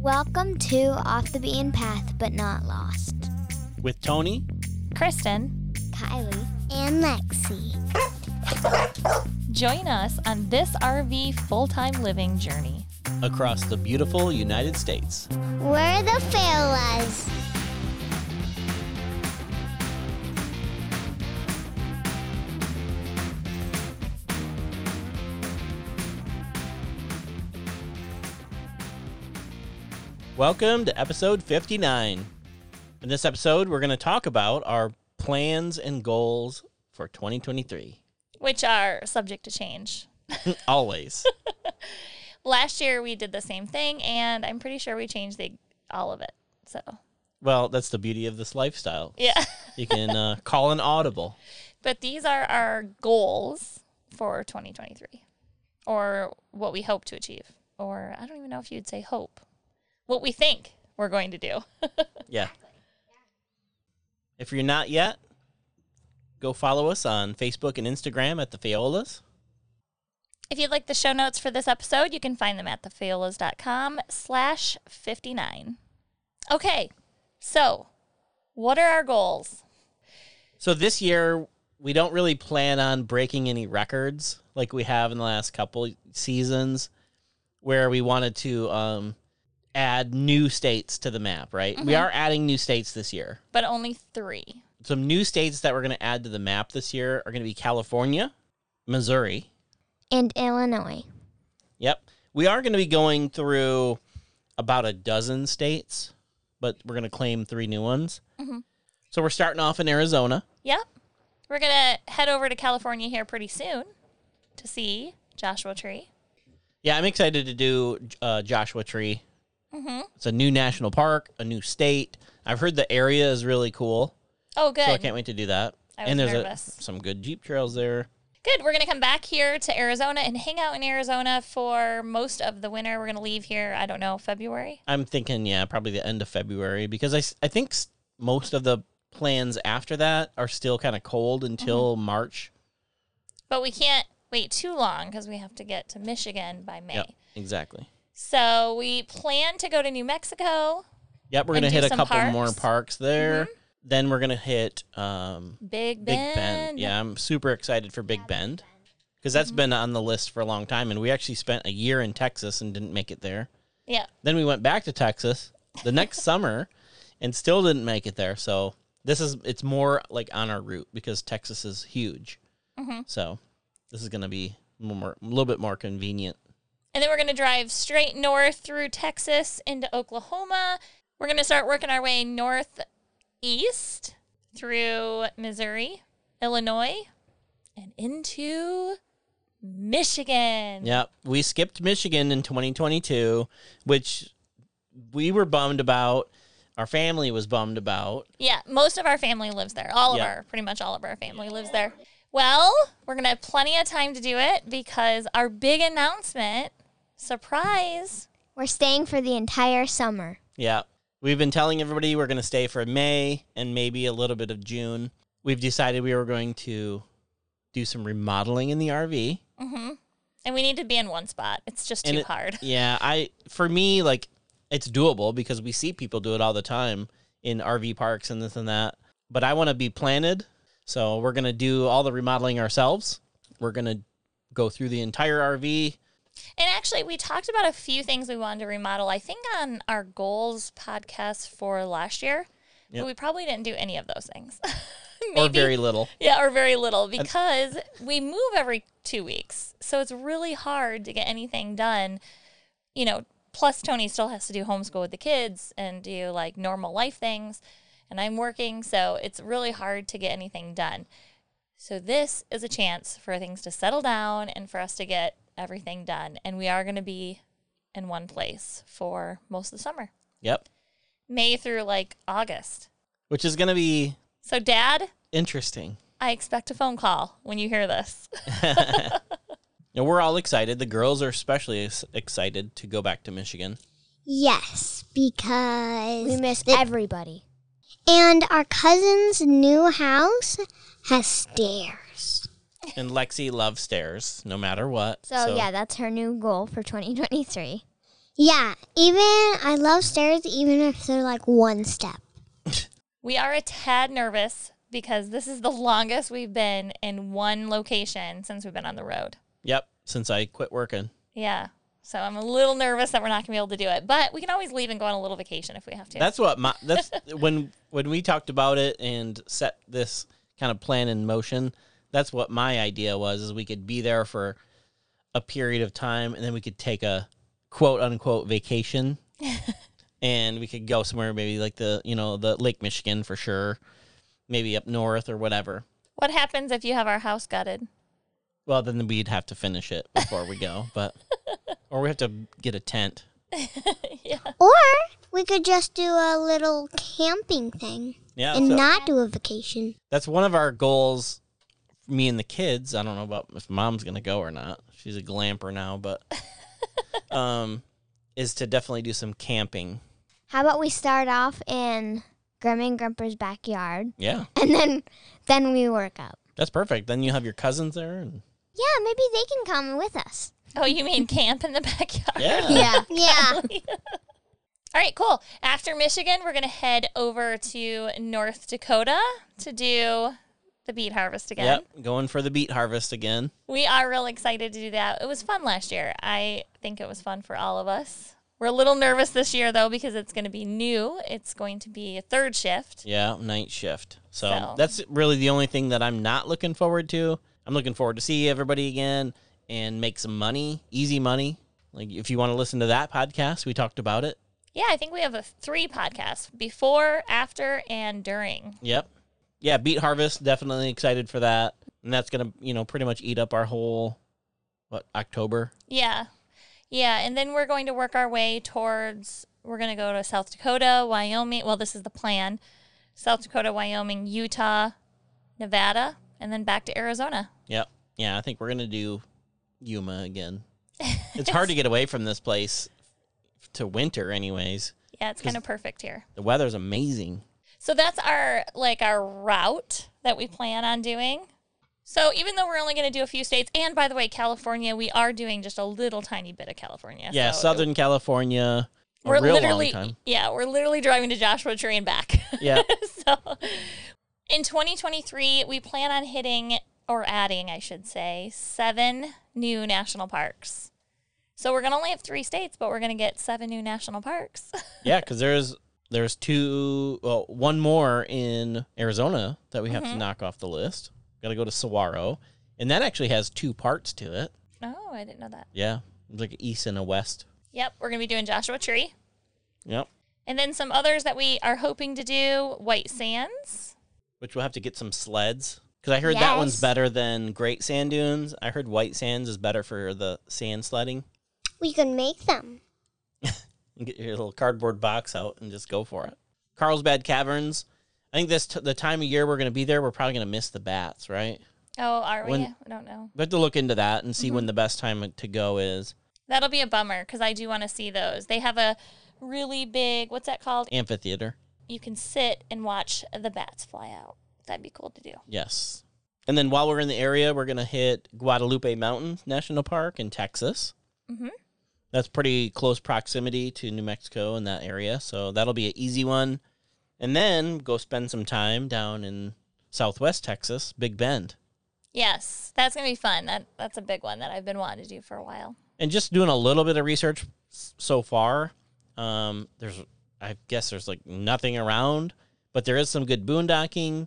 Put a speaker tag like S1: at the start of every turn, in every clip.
S1: Welcome to Off the Beaten Path But Not Lost.
S2: with Tony.
S3: Kristen,
S1: Kylie and Lexi.
S3: join us on this RV full time living journey.
S2: across the beautiful United States.
S1: We're the Fairlas.
S2: Welcome to episode 59. In this episode, we're going to talk about our plans and goals for 2023.
S3: which are subject to change.
S2: Always.
S3: Last year we did the same thing, and I'm pretty sure we changed the all of it. So
S2: well, that's the beauty of this lifestyle.
S3: yeah,
S2: You can uh, call an audible.
S3: but these are our goals for 2023, or what we hope to achieve, or I don't even know if you'd say hope, what we think we're going to do.
S2: Yeah. If you're not yet, go follow us on Facebook and Instagram at the Faolas.
S3: If you'd like the show notes for this episode, you can find them at thefiolas.com slash 59. Okay, so what are our goals?
S2: So this year we don't really plan on breaking any records like we have in the last couple seasons, where we wanted to um, add new states to the map. Right, we are adding new states this year.
S3: But only three.
S2: Some new states that we're going to add to the map this year are going to be California, Missouri.
S1: And Illinois.
S2: Yep, we are going to be going through about a dozen states, but we're going to claim three new ones. So we're starting off in Arizona.
S3: Yep. We're going to head over to California here pretty soon to see Joshua Tree.
S2: Yeah, I'm excited to do uh, Joshua Tree.
S3: Mm-hmm.
S2: It's a new national park, a new state. I've heard the area is really cool,
S3: Oh, good.
S2: so I can't wait to do that.
S3: I was
S2: and there's a,
S3: nervous.
S2: some good jeep trails there.
S3: Good. We're going to come back here to Arizona and hang out in Arizona for most of the winter. We're going to leave here, I don't know, February.
S2: I'm thinking, yeah, probably the end of February because I, s- I think s- most of the plans after that are still kind of cold until
S3: Mm-hmm.
S2: March.
S3: But we can't wait too long because we have to get to Michigan by May.
S2: Yep, exactly.
S3: So we plan to go to New Mexico.
S2: Yep, we're
S3: And
S2: gonna
S3: do
S2: hit a
S3: some
S2: couple more
S3: parks. Mm-hmm.
S2: parks there. Then we're gonna hit um, Big
S3: Big Bend.
S2: Bend. Yeah, I'm super excited for Big Bend because that's been on the list for a long time. And we actually spent a year in Texas and didn't make it there.
S3: Yeah.
S2: Then we went back to Texas the next summer and still didn't make it there. So this is it's more like on our route because Texas is huge. So this is going to be more a little bit more convenient.
S3: And then we're going to drive straight north through Texas into Oklahoma. We're going to start working our way northeast through Missouri, Illinois, and into Michigan.
S2: Yep, we skipped Michigan in 2022, which we were bummed about. Our family was bummed about.
S3: Yeah, most of our family lives there. All
S2: Yeah.
S3: of our, pretty much all of our family lives there. Well, we're going to have plenty of time to do it because our big announcement, surprise,
S1: We're staying for the entire summer.
S2: Yeah. We've been telling everybody we're going to stay for May and maybe a little bit of June. We've decided we were going to do some remodeling in the RV.
S3: and we need to be in one spot. It's just
S2: And
S3: too
S2: it-
S3: hard.
S2: Yeah, I for me like it's doable because we see people do it all the time in RV parks and this and that. But I want to be planted, so we're going to do all the remodeling ourselves. We're going to go through the entire RV.
S3: And actually, we talked about a few things we wanted to remodel, I think, on our goals podcast for last year.
S2: Yep.
S3: But we probably didn't do any of those things.
S2: Or very little.
S3: yeah, or very little because we move every two weeks. So it's really hard to get anything done. You know, plus Tony still has to do homeschool with the kids and do like normal life things. And I'm working. So it's really hard to get anything done. So this is a chance for things to settle down and for us to get everything done. And we are going to be in one place for most of the summer,
S2: Yep.
S3: May through like August.
S2: Which is going to be
S3: So, Dad,
S2: interesting.
S3: I expect a phone call when you hear this.
S2: And we're all excited. The girls are especially ex- excited to go back to Michigan.
S4: Yes, because
S1: We miss everybody.
S4: and our cousin's new house has stairs.
S2: And Lexi loves stairs no matter what.
S1: So, yeah, that's her new goal for 2023.
S4: Yeah, even I love stairs, even if they're like one step.
S3: We are a tad nervous because this is the longest we've been in one location since we've been on the road.
S2: Yep, since I quit working.
S3: Yeah. So I'm a little nervous that we're not going to be able to do it, but we can always leave and go on a little vacation if we have to.
S2: That's what my that's when when we talked about it and set this kind of plan in motion. That's what my idea was: is we could be there for a period of time, and then we could take a quote unquote vacation, and we could go somewhere, maybe like the you know the Lake Michigan for sure, maybe up north or whatever.
S3: what happens if you have our house gutted?
S2: Well, then we'd have to finish it before we go, but or we have to get a tent.
S3: yeah.
S4: Or we could just do a little camping thing
S2: Yeah,
S4: and
S2: so-
S4: not do a vacation.
S2: that's one of our goals. Me and the kids. I don't know about if mom's gonna go or not. She's a glamper now, but um, is to definitely do some camping.
S1: How about we start off in Grandma and Grandpa's backyard,
S2: Yeah,
S1: and then then we work up.
S2: that's perfect. Then you have your cousins there, and
S1: Yeah, maybe they can come with us.
S3: Oh, you mean camp in the backyard?
S2: yeah,
S1: Yeah.
S4: Yeah.
S3: All right, cool. After Michigan, we're going to head over to North Dakota to do the beet harvest again.
S2: yep, going for the beet harvest again.
S3: We are real excited to do that. It was fun last year. I think it was fun for all of us. We're a little nervous this year though because it's going to be new. It's going to be a third shift.
S2: Yeah, night shift. So,
S3: So-
S2: that's really the only thing that I'm not looking forward to. I'm looking forward to see everybody again and make some money, easy money. Like if you want to listen to that podcast, we talked about it.
S3: Yeah, I think we have a three podcasts before, after, and during.
S2: Yep. Yeah, Beat Harvest, definitely excited for that. And that's gonna, you know, pretty much eat up our whole what, October?
S3: Yeah. Yeah. And then we're going to work our way towards, we're going to go to South Dakota, Wyoming. Well, this is the plan South Dakota, Wyoming, Utah, Nevada, and then back to Arizona.
S2: Yep. Yeah, I think we're gonna do Yuma again. It's hard to get away from this place to winter anyways.
S3: Yeah, it's kind of perfect here.
S2: The weather's amazing.
S3: So that's our like our route that we plan on doing. So even though we're only going to do a few states, and by the way, California, we are doing just a little tiny bit of California.
S2: Yeah,
S3: So
S2: Southern California. a
S3: We're
S2: real long
S3: literally
S2: time.
S3: yeah, we're literally driving to Joshua Tree and back.
S2: Yeah.
S3: so in 2023, we plan on hitting or adding, I should say, seven new national parks. So we're going to only have three states, but we're going to get seven new national parks.
S2: Yeah, because there's there's two well, one more in Arizona that we have
S3: Mm-hmm.
S2: to knock off the list. Gotta go to Saguaro. And that actually has two parts to it.
S3: oh, I didn't know that.
S2: Yeah. It's like an east and a west.
S3: Yep, we're going to be doing Joshua Tree.
S2: Yep.
S3: And then some others that we are hoping to do White Sands.
S2: Which we'll have to get some sleds. Because I heard that one's
S1: Yes.
S2: better than Great Sand Dunes. I heard White Sands is better for the sand sledding.
S4: We could make them.
S2: And get your little cardboard box out and just go for it. Carlsbad Caverns. I think this t- the time of year we're going to be there. We're probably going to miss the bats, right?
S3: Oh, are we?
S2: When-
S3: I don't know.
S2: We have to look into that and see when the best time to go is.
S3: That'll be a bummer because I do want to see those. They have a really big, what's that called?
S2: Amphitheater.
S3: You can sit and watch the bats fly out. That'd be cool to do.
S2: Yes. And then while we're in the area, we're going to hit Guadalupe Mountain National Park in Texas.
S3: Mhm.
S2: That's pretty close proximity to New Mexico in that area. So that'll be an easy one. And then go spend some time down in southwest Texas, Big Bend.
S3: Yes, that's going to be fun. That, that's a big one that I've been wanting to do for a while.
S2: And just doing a little bit of research s- so far, um, there's, I guess there's like nothing around, but there is some good boondocking.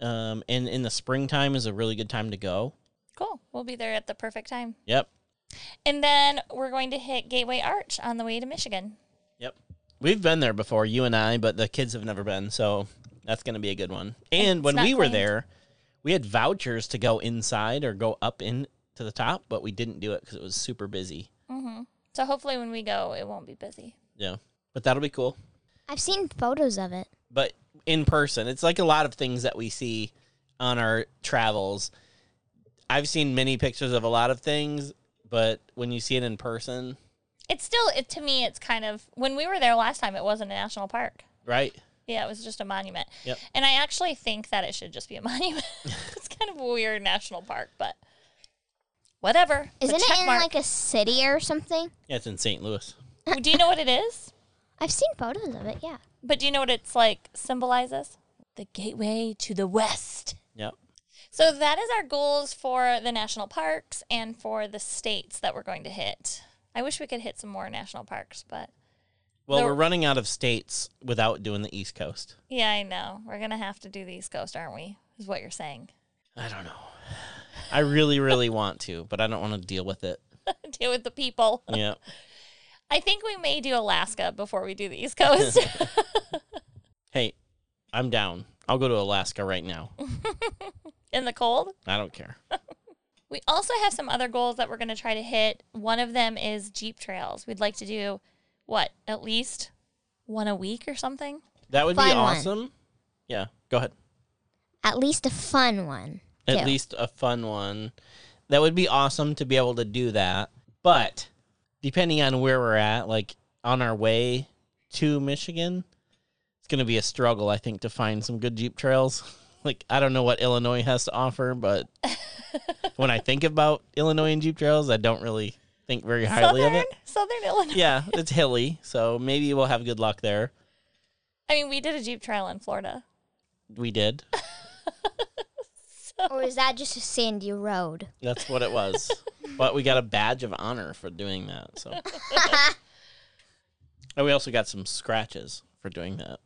S2: Um, and in the springtime is a really good time to go.
S3: Cool. We'll be there at the perfect time.
S2: Yep.
S3: And then we're going to hit Gateway Arch on the way to Michigan.
S2: Yep. We've been there before, you and I, but the kids have never been, so that's going to be a good one. And
S3: It's
S2: when
S3: not
S2: we were
S3: claimed.
S2: there, we had vouchers to go inside or go up in to the top, but we didn't do it because it was super busy.
S3: hmm So hopefully when we go, it won't be busy.
S2: Yeah. But that'll be cool.
S1: I've seen photos of it.
S2: But in person, it's like a lot of things that we see on our travels. I've seen many pictures of a lot of things, but when you see it in person,
S3: It's still it to me. It's kind of when we were there last time. It wasn't a national park.
S2: right?
S3: Yeah, it was just a monument.
S2: Yep.
S3: And I actually think that it should just be a monument. it's kind of a weird national park, but whatever. It's a
S1: Isn't it
S3: check
S1: in
S3: mark.
S1: like a city or something?
S2: Yeah, it's in St. Louis.
S3: do you know what it is?
S1: I've seen photos of it, yeah.
S3: But do you know what it's like symbolizes? The gateway to the west.
S2: Yep.
S3: So that is our goals for the national parks and for the states that we're going to hit. I wish we could hit some more national parks, but
S2: Well,
S3: The-
S2: we're running out of states without doing the East Coast.
S3: yeah, I know. We're going to have to do the East Coast, aren't we? Is what you're saying.
S2: I don't know. I really, really want to, but I don't want to deal with it.
S3: Deal with the people.
S2: Yeah.
S3: I think we may do Alaska before we do the East Coast.
S2: Hey, I'm down. I'll go to Alaska right now.
S3: In the cold?
S2: I don't care.
S3: We also have some other goals that we're going to try to hit. One of them is Jeep trails. We'd like to do what? At least one a week or something?
S2: That would be
S1: Fun one.
S2: awesome. Yeah. Go ahead.
S1: At least a fun one.
S2: At
S1: too.
S2: least a fun one. That would be awesome to be able to do that. But depending on where we're at, like on our way to Michigan, it's going to be a struggle, I think, to find some good Jeep trails. Like, I don't know what Illinois has to offer, but when I think about Illinois and Jeep trails, I don't really think very highly
S3: Southern,
S2: of it.
S3: Southern Illinois.
S2: Yeah, it's hilly, so maybe we'll have good luck there.
S3: I mean, we did a Jeep trail in Florida.
S2: We did.
S1: Or is that just a sandy road?
S2: That's what it was. but we got a badge of honor for doing that. So And we also got some scratches for doing that.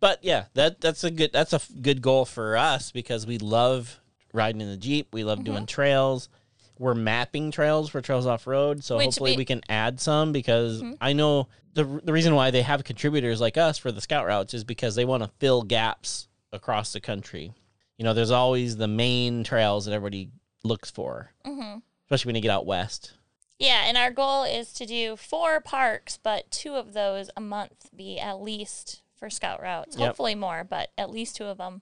S2: But yeah, that that's a good that's a f- good goal for us because we love riding in the Jeep. We love doing trails. We're mapping trails for trails off road, so
S3: Which
S2: hopefully
S3: we-
S2: we can add some because I know the r- the reason why they have contributors like us for the scout routes is because they want to fill gaps across the country. You know, there's always the main trails that everybody looks for,
S3: hmm
S2: especially when you get out west.
S3: Yeah, and our goal is to do four parks, but two of those a month be at least for scout routes.
S2: Yep.
S3: Hopefully more, but at least two of them.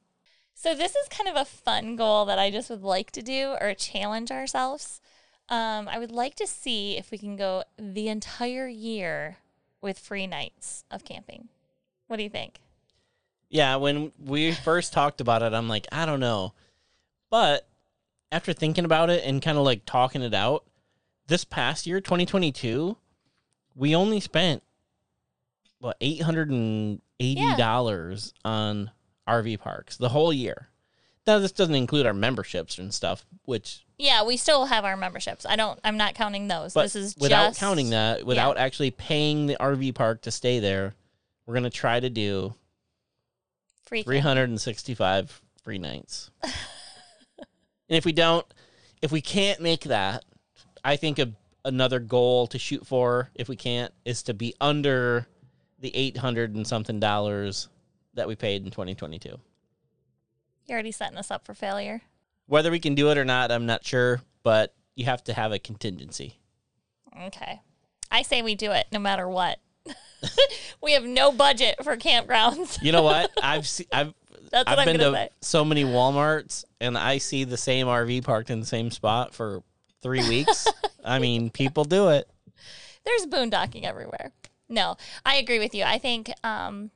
S3: So this is kind of a fun goal that I just would like to do or challenge ourselves. Um, I would like to see if we can go the entire year with free nights of camping. What do you think?
S2: Yeah, when we first talked about it, I'm like, I don't know. But after thinking about it and kind of like talking it out, this past year, 2022, we only spent what $880 on RV parks the whole year. Now this doesn't include our memberships and stuff, which
S3: Yeah, we still have our memberships. I don't. I'm not counting those.
S2: but
S3: this is
S2: without
S3: just,
S2: counting that, without actually paying the RV park to stay there, we're going to try to do
S3: free.
S2: 365 free nights. and if we don't, if we can't make that, I think a, another goal to shoot for, if we can't, is to be under the 800 and something dollars that we paid in 2022.
S3: You're already setting us up for failure.
S2: Whether we can do it or not, I'm not sure, but you have to have a contingency.
S3: Okay. I say we do it no matter what. we have no budget for campgrounds.
S2: You know what? I've se- I've
S3: That's what
S2: I've
S3: I'm
S2: been
S3: gonna
S2: to
S3: say.
S2: so many Walmarts and I see the same RV parked in the same spot for 3 weeks. I mean, people do it.
S3: There's boondocking everywhere. No, I agree with you. I think um,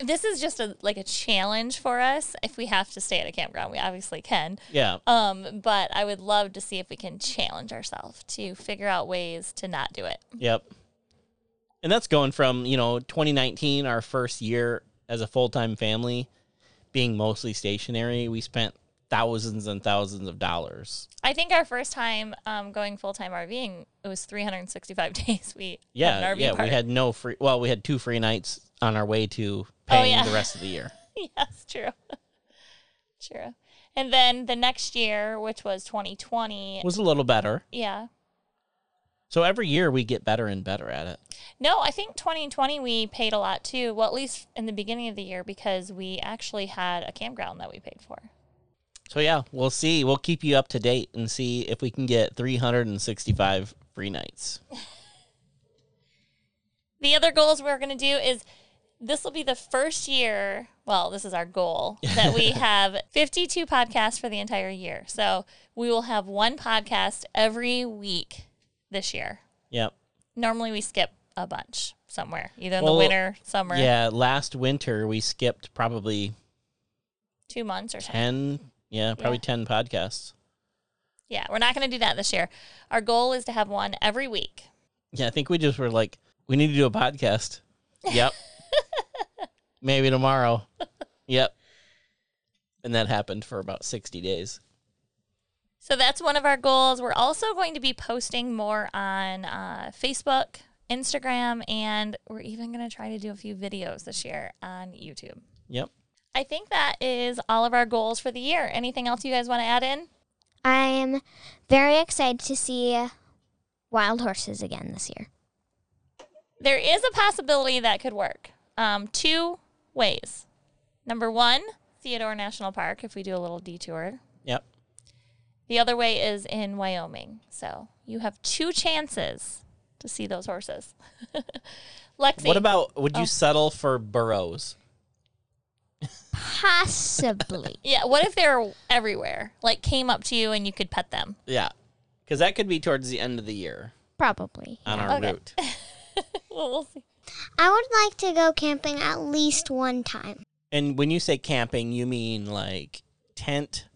S3: this is just a like a challenge for us. If we have to stay at a campground, we obviously can.
S2: Yeah.
S3: Um, but I would love to see if we can challenge ourselves to figure out ways to not do it.
S2: Yep. And that's going from, you know, 2019, our first year as a full time family, being mostly stationary. We spent thousands and thousands of dollars.
S3: I think our first time um, going full time RVing, it was 365 days. We had
S2: Yeah.
S3: an RV
S2: Yeah.
S3: park.
S2: We had no free, well, we had two free nights on our way to paying
S3: yeah.
S2: the rest of the year.
S3: yes, true. true. And then the next year, which was 2020.
S2: was a little better.
S3: yeah.
S2: So every year we get better and better at it.
S3: No, I think 2020 we paid a lot too. Well, at least in the beginning of the year because we actually had a campground that we paid for.
S2: So yeah, we'll see. We'll keep you up to date and see if we can get 365 free nights.
S3: The other goals we're going to do is this will be the first year, well, this is our goal, that we have 52 podcasts for the entire year. So we will have one podcast every week this year.
S2: Yep.
S3: Normally we skip a bunch somewhere, either in
S2: Well,
S3: the winter, summer,
S2: Yeah. Last winter we skipped probably
S3: two months or something.
S2: 10 yeah probably 10 podcasts
S3: Yeah, we're not going to do that this year. Our goal is to have one every week.
S2: yeah i think we just were like We need to do a podcast. Yep. Maybe tomorrow. Yep. And that happened for about 60 days.
S3: So that's one of our goals. We're also going to be posting more on uh, Facebook, Instagram, and we're even going to try to do a few videos this year on YouTube.
S2: Yep.
S3: I think that is all of our goals for the year. Anything else you guys want to add in?
S1: I'm very excited to see wild horses again this year.
S3: There is a possibility that could work. Um, two ways. Number one, Theodore National Park, if we do a little detour.
S2: Yep.
S3: The other way is in Wyoming. So you have two chances to see those horses. Lexi.
S2: What about would you
S3: Oh.
S2: settle for burrows?
S1: Possibly.
S3: Yeah, what if they're everywhere? Like came up to you and you could pet them.
S2: Yeah. Because that could be towards the end of the year
S1: Probably.
S2: on our
S3: Okay.
S2: route.
S3: well, we'll see.
S4: I would like to go camping at least one time.
S2: And when you say camping, you mean like tent,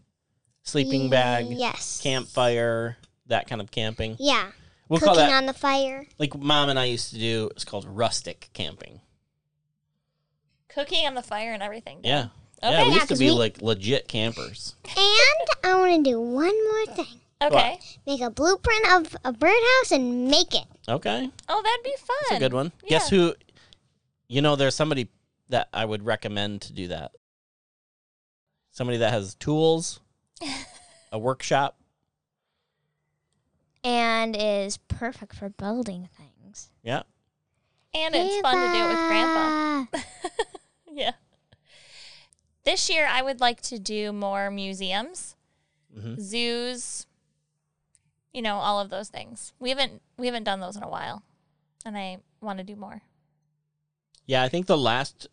S2: sleeping bag,
S4: Yes.
S2: campfire, that kind of camping.
S4: Yeah.
S2: We'll
S4: Cooking
S2: call that
S4: on the fire.
S2: like mom and I used to do. It's called rustic camping.
S3: Cooking on the fire and everything.
S2: Yeah.
S3: Okay.
S2: yeah, we
S4: Yeah,
S2: used to
S4: 'cause
S2: be
S4: we-
S2: like legit campers.
S4: And I want to do one more thing.
S3: Okay.
S4: Make a blueprint of a birdhouse and make it.
S2: Okay,
S3: Oh, that'd be fun.
S2: that's a good one. Guess who? You know, there's somebody that I would recommend to do that. Somebody that has tools, a workshop.
S1: And is perfect for building things.
S2: Yeah,
S3: And it's fun to do it with grandpa.
S1: Eva.
S3: Yeah. This year I would like to do more museums,
S2: Mhm.
S3: zoos, you know, all of those things. We haven't we haven't done those in a while. And I want to do more.
S2: yeah. I think the last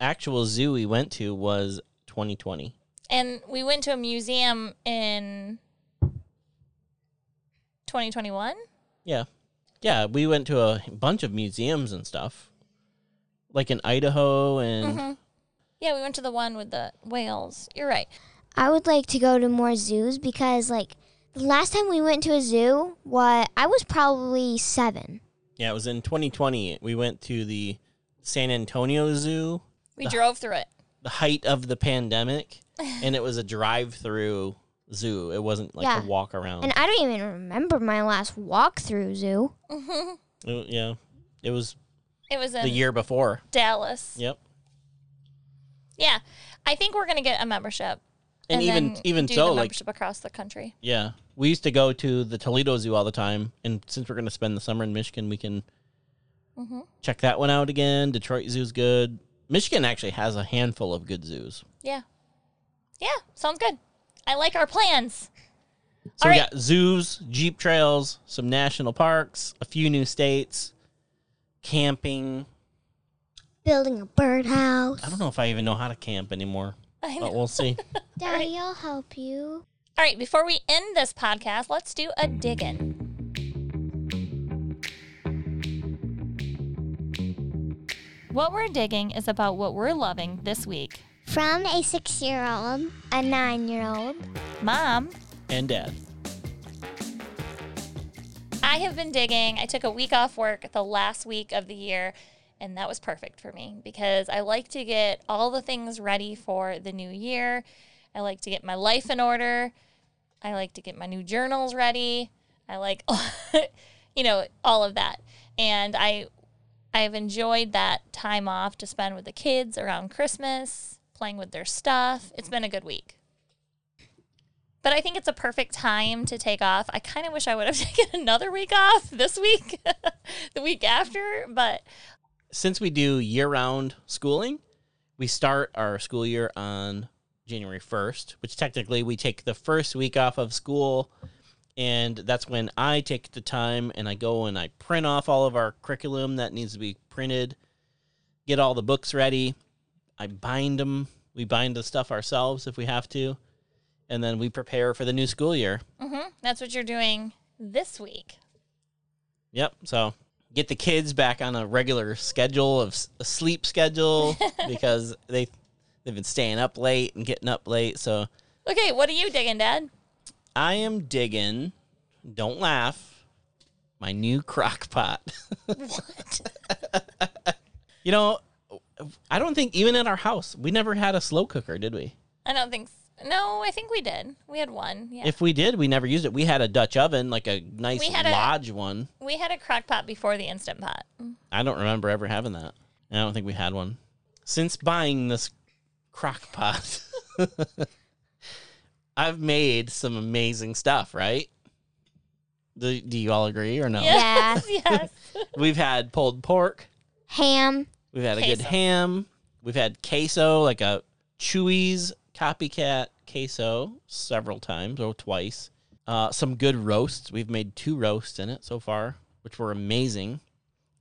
S2: actual zoo we went to was 2020.
S3: And we went to a museum in 2021.
S2: Yeah. Yeah, we went to a bunch of museums and stuff. Like in Idaho and
S3: Mhm. Yeah, we went to the one with the whales. You're right.
S1: I would like to go to more zoos because, like, the last time we went to a zoo, what I was probably seven.
S2: yeah, it was in 2020. We went to the San Antonio Zoo,
S3: We drove through it.
S2: the height of the pandemic, and it was a drive-through zoo. It wasn't like
S1: Yeah.
S2: a walk around.
S1: And I don't even remember my last walk through zoo.
S2: It- yeah. It was
S3: It was in
S2: the year before.
S3: Dallas. Yeah.
S2: Yep.
S3: I think we're going to get a membership.
S2: And, even
S3: then
S2: even
S3: do
S2: so
S3: the
S2: like
S3: membership across the country.
S2: yeah. We used to go to the Toledo Zoo all the time and since we're going to spend the summer in Michigan, we can
S1: Mm-hmm.
S3: Mhm.
S2: check that one out again. Detroit Zoo's good. Michigan actually has a handful of good zoos.
S3: Yeah. Yeah, sounds good. I like our plans.
S2: So
S3: All
S2: we
S3: right.
S2: got zoos, jeep trails, some national parks, a few new states, camping.
S4: Building a birdhouse.
S2: I don't know if I even know how to camp anymore,
S3: I know.
S2: but we'll see.
S4: Daddy, I'll help you.
S3: All right, before we end this podcast, let's do a dig in. What we're digging is about what we're loving this week.
S4: From a six year old, a nine year old.
S3: Mom,
S2: and dad.
S3: I have been digging. I took a week off work the last week of the year, and that was perfect for me because I like to get all the things ready for the new year. I like to get my life in order. I like to get my new journals ready. I like, you know, all of that. And I, I've enjoyed that time off to spend with the kids around Christmas, playing with their stuff. It's been a good week. But I think it's a perfect time to take off. I kind of wish I would have taken another week off this week, the week after, but
S2: Since we do year-round schooling, we start our school year on January 1st, which technically we take the first week off of school and that's when I take the time and I go and I print off all of our curriculum that needs to be printed, get all the books ready. I bind them. We bind the stuff ourselves if we have to, and then we prepare for the new school year.
S3: mhm, that's what you're doing this week.
S2: Yep. So get the kids back on a regular schedule of s- a sleep schedule because they they've been staying up late and getting up late. So
S3: Okay, what are you digging, Dad?
S2: I am digging. Don't laugh. My new crock pot.
S3: what?
S2: You know, I don't think even in our house we never had a slow cooker, did we?
S3: I don't think. s No, I think we did. We had one. Yeah.
S2: If we did, we never used it. We had a Dutch oven, like a nice
S3: We had a-
S2: lodge one.
S3: we had a crock pot before the instant pot.
S2: I don't remember ever having that. And I don't think we had one. Since buying this crock pot, I've made some amazing stuff, right? Do, do you all agree or no?
S3: Yes. yes.
S2: We've had pulled pork.
S1: Ham.
S2: We've had a good
S3: Queso.
S2: ham. We've had queso, like a Chewy's copycat queso, several times or twice. Uh, some good roasts. We've made two roasts in it so far, which were amazing.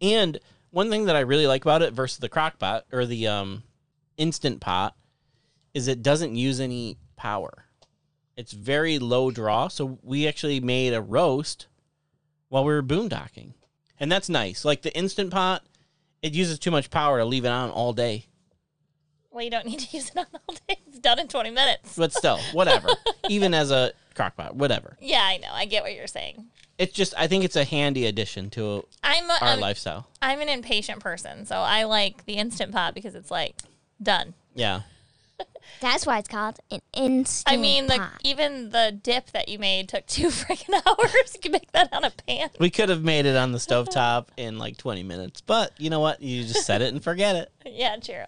S2: And one thing that I really like about it versus the crock pot or the um, instant pot is it doesn't use any power. It's very low draw. So we actually made a roast while we were boondocking. And that's nice. Like the instant pot, it uses too much power to leave it on all day.
S3: Well, you don't need to use it on all day. It's done in 20 minutes.
S2: But still, whatever. Even as a crockpot, whatever.
S3: Yeah, I know. I get what you're saying.
S2: It's just I think it's a handy addition to
S3: I'm a,
S2: our
S3: I'm,
S2: lifestyle.
S3: I'm an impatient person, so I like the instant pot because it's like done.
S2: Yeah.
S1: That's why it's called an instant
S3: I mean, the,
S1: pot.
S3: even the dip that you made took two freaking hours. You can make that on a pan.
S2: We could have made it on the stovetop in like 20 minutes, but you know what? You just set it and forget it.
S3: Yeah, true.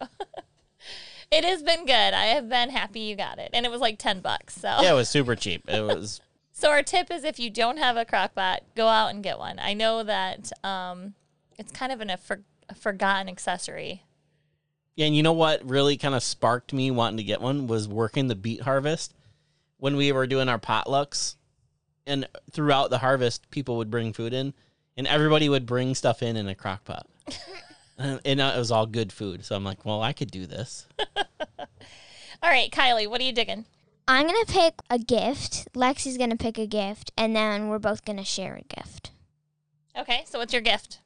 S3: it has been good. I have been happy you got it, and it was like ten bucks. So,
S2: Yeah, it was super cheap. It was
S3: so our tip is if you don't have a crock pot, go out and get one. I know that um, it's kind of an, a, for, a forgotten accessory.
S2: Yeah, and you know what really kind of sparked me wanting to get one was working the beet harvest when we were doing our potlucks. And throughout the harvest, people would bring food in, and everybody would bring stuff in in a crock pot. and and it was all good food. So I'm like, well, I could do this.
S3: All right, Kylie, what are you digging?
S1: I'm gonna pick a gift. Lexi's gonna pick a gift, and then we're both gonna share a gift.
S3: Okay, so what's your gift?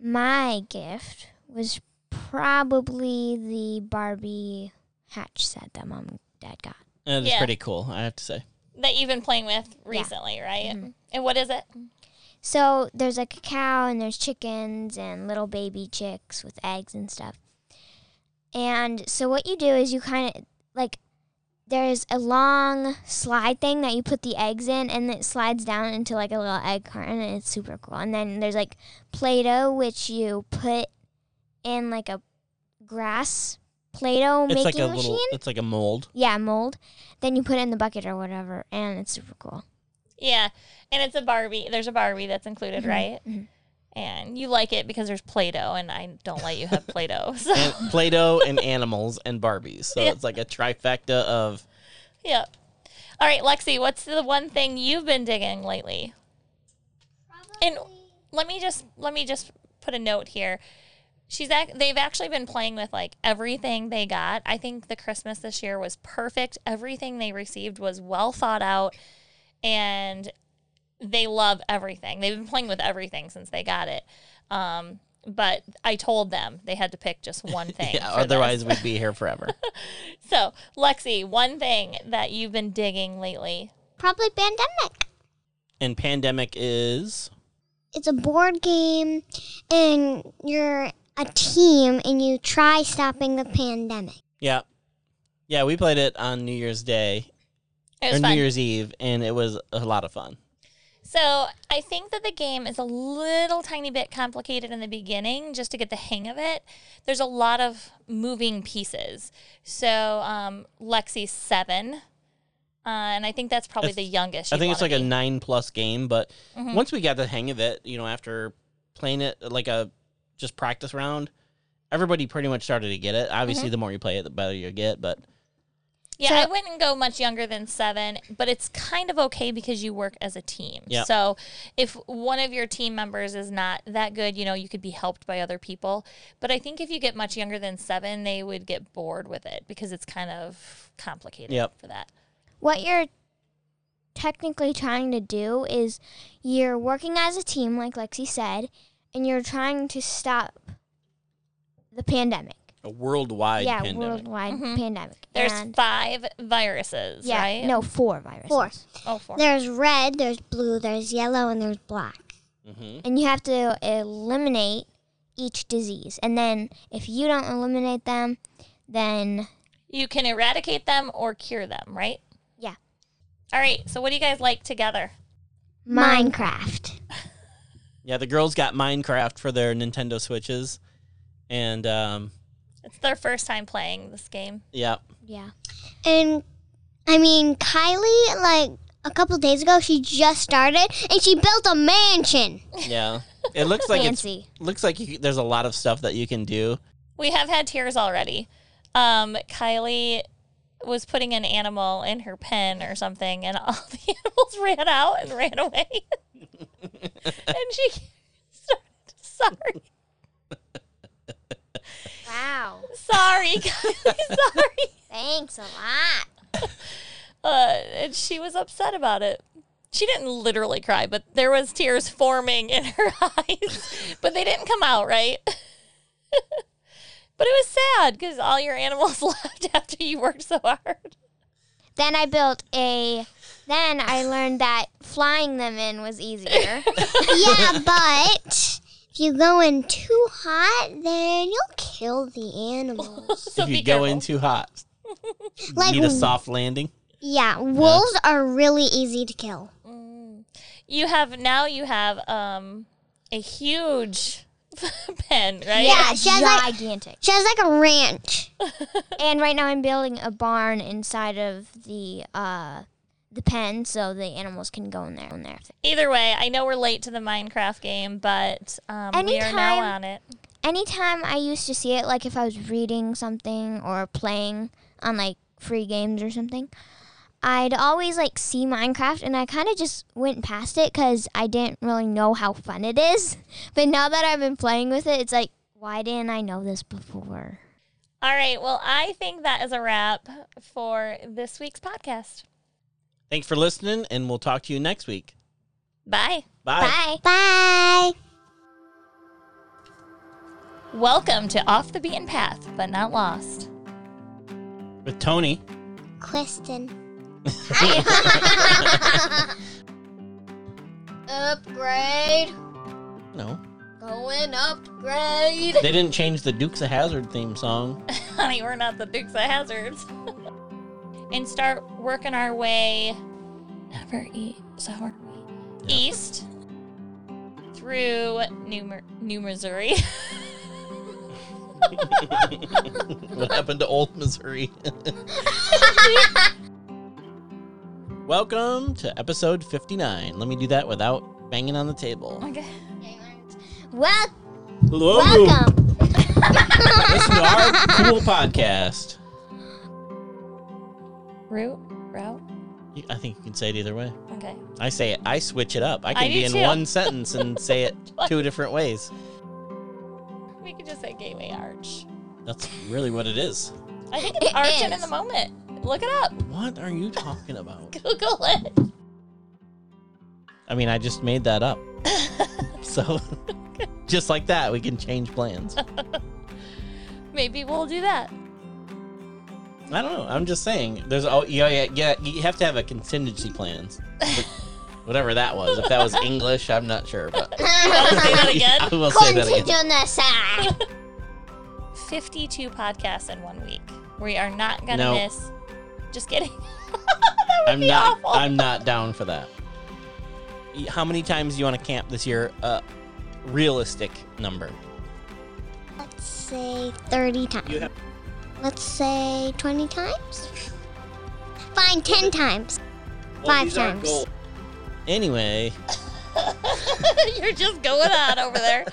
S1: My gift was probably the Barbie hatch set that mom and dad got.
S2: And it's
S3: Yeah.
S2: pretty cool, I have to say.
S3: That you've been playing with recently, right? And what is it?
S1: So there's like a cow and there's chickens and little baby chicks with eggs and stuff. And so what you do is you kind of like there's a long slide thing that you put the eggs in and it slides down into like a little egg carton and it's super cool. And then there's like Play-Doh which you put in like a grass Play-Doh
S2: it's
S1: making
S2: like a
S1: machine.
S2: little it's like a mold.
S1: yeah, mold. Then you put it in the bucket or whatever and it's super cool.
S3: Yeah, and it's a Barbie. There's a Barbie that's included, right?
S1: mhm.
S3: And you like it because there's Play-Doh, and I don't let you have Play-Doh. So
S2: And Play-Doh and animals and Barbies. So
S3: Yeah.
S2: it's like a trifecta of
S3: Yeah. All right, Lexi, what's the one thing you've been digging lately? And let me just let me just put a note here. She's ac- they've actually been playing with like everything they got. I think the Christmas this year was perfect. Everything they received was well thought out and they love everything. They've been playing with everything since they got it. Um but I told them they had to pick just one thing.
S2: yeah,
S3: for this.
S2: otherwise we'd be here forever.
S3: So, Lexi, one thing that you've been digging lately
S4: Probably pandemic.
S2: and pandemic is
S4: It's a board game, and you're a team, and you try stopping the pandemic.
S2: Yeah. Yeah, we played it on New Year's Day
S3: It
S2: or
S3: was fun.
S2: New Year's Eve and it was a lot of fun.
S3: so I think that the game is a little tiny bit complicated in the beginning just to get the hang of it. There's a lot of moving pieces. So um, Lexi's seven, uh, and I think that's probably
S2: That's-
S3: the youngest.
S2: I think it's like a
S3: be.
S2: 9 plus game, but
S3: Mm-hmm.
S2: once we got the hang of it, you know, after playing it like a just practice round, everybody pretty much started to get it.
S3: Mm-hmm.
S2: Obviously, the more you play it, the better you get, but
S3: yeah.
S1: so-
S3: I wouldn't go much younger than seven, but it's kind of okay because you work as a team.
S2: Yeah.
S3: So if one of your team members is not that good, you know, you could be helped by other people. But I think if you get much younger than seven, they would get bored with it because it's kind of complicated
S2: Yep.
S3: for that.
S1: what you're technically trying to do is you're working as a team like lexi said and you're trying to stop the pandemic
S2: a worldwide
S1: yeah
S2: pandemic.
S1: worldwide pandemic
S3: Mm-hmm. There's
S1: And-
S3: five viruses,
S1: yeah
S3: right?
S1: no four viruses
S4: Four.
S3: Oh, four.
S4: There's red, there's blue, there's yellow, and there's black.
S2: Mm-hmm.
S1: and you have to eliminate each disease. And then if you don't eliminate them, then
S3: You can eradicate them or cure them, right?
S1: Yeah.
S3: All right. So what do you guys like together?
S1: Minecraft.
S2: Yeah, the girls got Minecraft for their Nintendo Switches, and um,
S3: It's their first time playing this game.
S2: yeah,
S1: Yeah.
S4: And I mean, Kylie, like a couple days ago, she just started and she built a mansion.
S2: yeah. It looks like it's,
S1: Fancy.
S2: looks like you, there's a lot of stuff that you can do.
S3: We have had tears already. Um, Kylie was putting an animal in her pen or something, and all the animals ran out and ran away. and she started, sorry,
S1: Wow.
S3: sorry, Kylie, sorry.
S1: Thanks a lot.
S3: Uh, and she was upset about it. She didn't literally cry, but there was tears forming in her eyes. But they didn't come out, right? but it was sad because all your animals left after you worked so hard.
S1: Then I built a. Then I learned that flying them in was easier.
S4: yeah, but if you go in too hot, then you'll kill the animals.
S3: So
S2: if
S3: be
S2: you go
S3: careful.
S2: in too hot,
S4: Like,
S2: need a soft landing.
S4: yeah, wolves are really easy to kill.
S3: you have now you have um a huge pen, right?
S4: Yeah, she has like
S1: gigantic.
S4: she has like a ranch.
S1: And right now I'm building a barn inside of the uh, the pen, so the animals can go in there. In there.
S3: Either way, I know we're late to the Minecraft game, but um, we are now
S1: Anytime-
S3: on it.
S1: Anytime I used to see it, like if I was reading something or playing on like free games or something, I'd always like see Minecraft, and I kind of just went past it because I didn't really know how fun it is. But now that I've been playing with it, it's like, why didn't I know this before?
S3: All right. Well, I think that is a wrap for this week's podcast.
S2: Thanks for listening, and we'll talk to you next week.
S3: Bye.
S2: Bye.
S1: Bye.
S4: Bye.
S3: Welcome to Off the Beaten Path, but Not Lost.
S2: With Tony.
S4: Kristen.
S1: Upgrade.
S2: No,
S1: Going upgrade.
S2: they didn't change the Dukes of Hazard theme song.
S3: Honey, we're not the Dukes of Hazards. and start working our way never eat sour east through New, Mer- New Missouri.
S2: what happened to Old Missouri? Welcome to episode 59. Let me do that without banging on the table.
S3: Okay.
S1: Well,
S2: Hello.
S1: welcome.
S2: This is our cool podcast.
S3: Route? Route?
S2: You- I think you can say it either way.
S3: Okay.
S2: I say it. I switch it up. I can
S3: I do
S2: be in
S3: too.
S2: one sentence and say it two different ways.
S3: We could just say Gateway Arch.
S2: That's really what it is.
S3: I think it's
S1: It
S3: Arch and in
S1: is.
S3: the moment. Look it up.
S2: What are you talking about?
S3: Google it.
S2: I mean, I just made that up. So, just like that, we can change plans.
S3: Maybe we'll do that.
S2: I don't know. I'm just saying. There's oh yeah yeah yeah. You have to have a contingency plans. But Whatever that was. If that was English, I'm not sure. But
S3: I'll say that again.
S2: I will say that again.
S4: Continue on the side.
S3: 52 podcasts in one week. We are not going to
S2: No.
S3: miss. Just kidding. that would
S2: I'm
S3: be
S2: not.
S3: awful.
S2: I'm not down for that. Y- How many times do you want to camp this year? Uh, realistic number.
S4: Let's say 30 times. Let's say 20 times. Fine, 10 times. Five times.
S2: Anyway,
S3: You're just going on over there.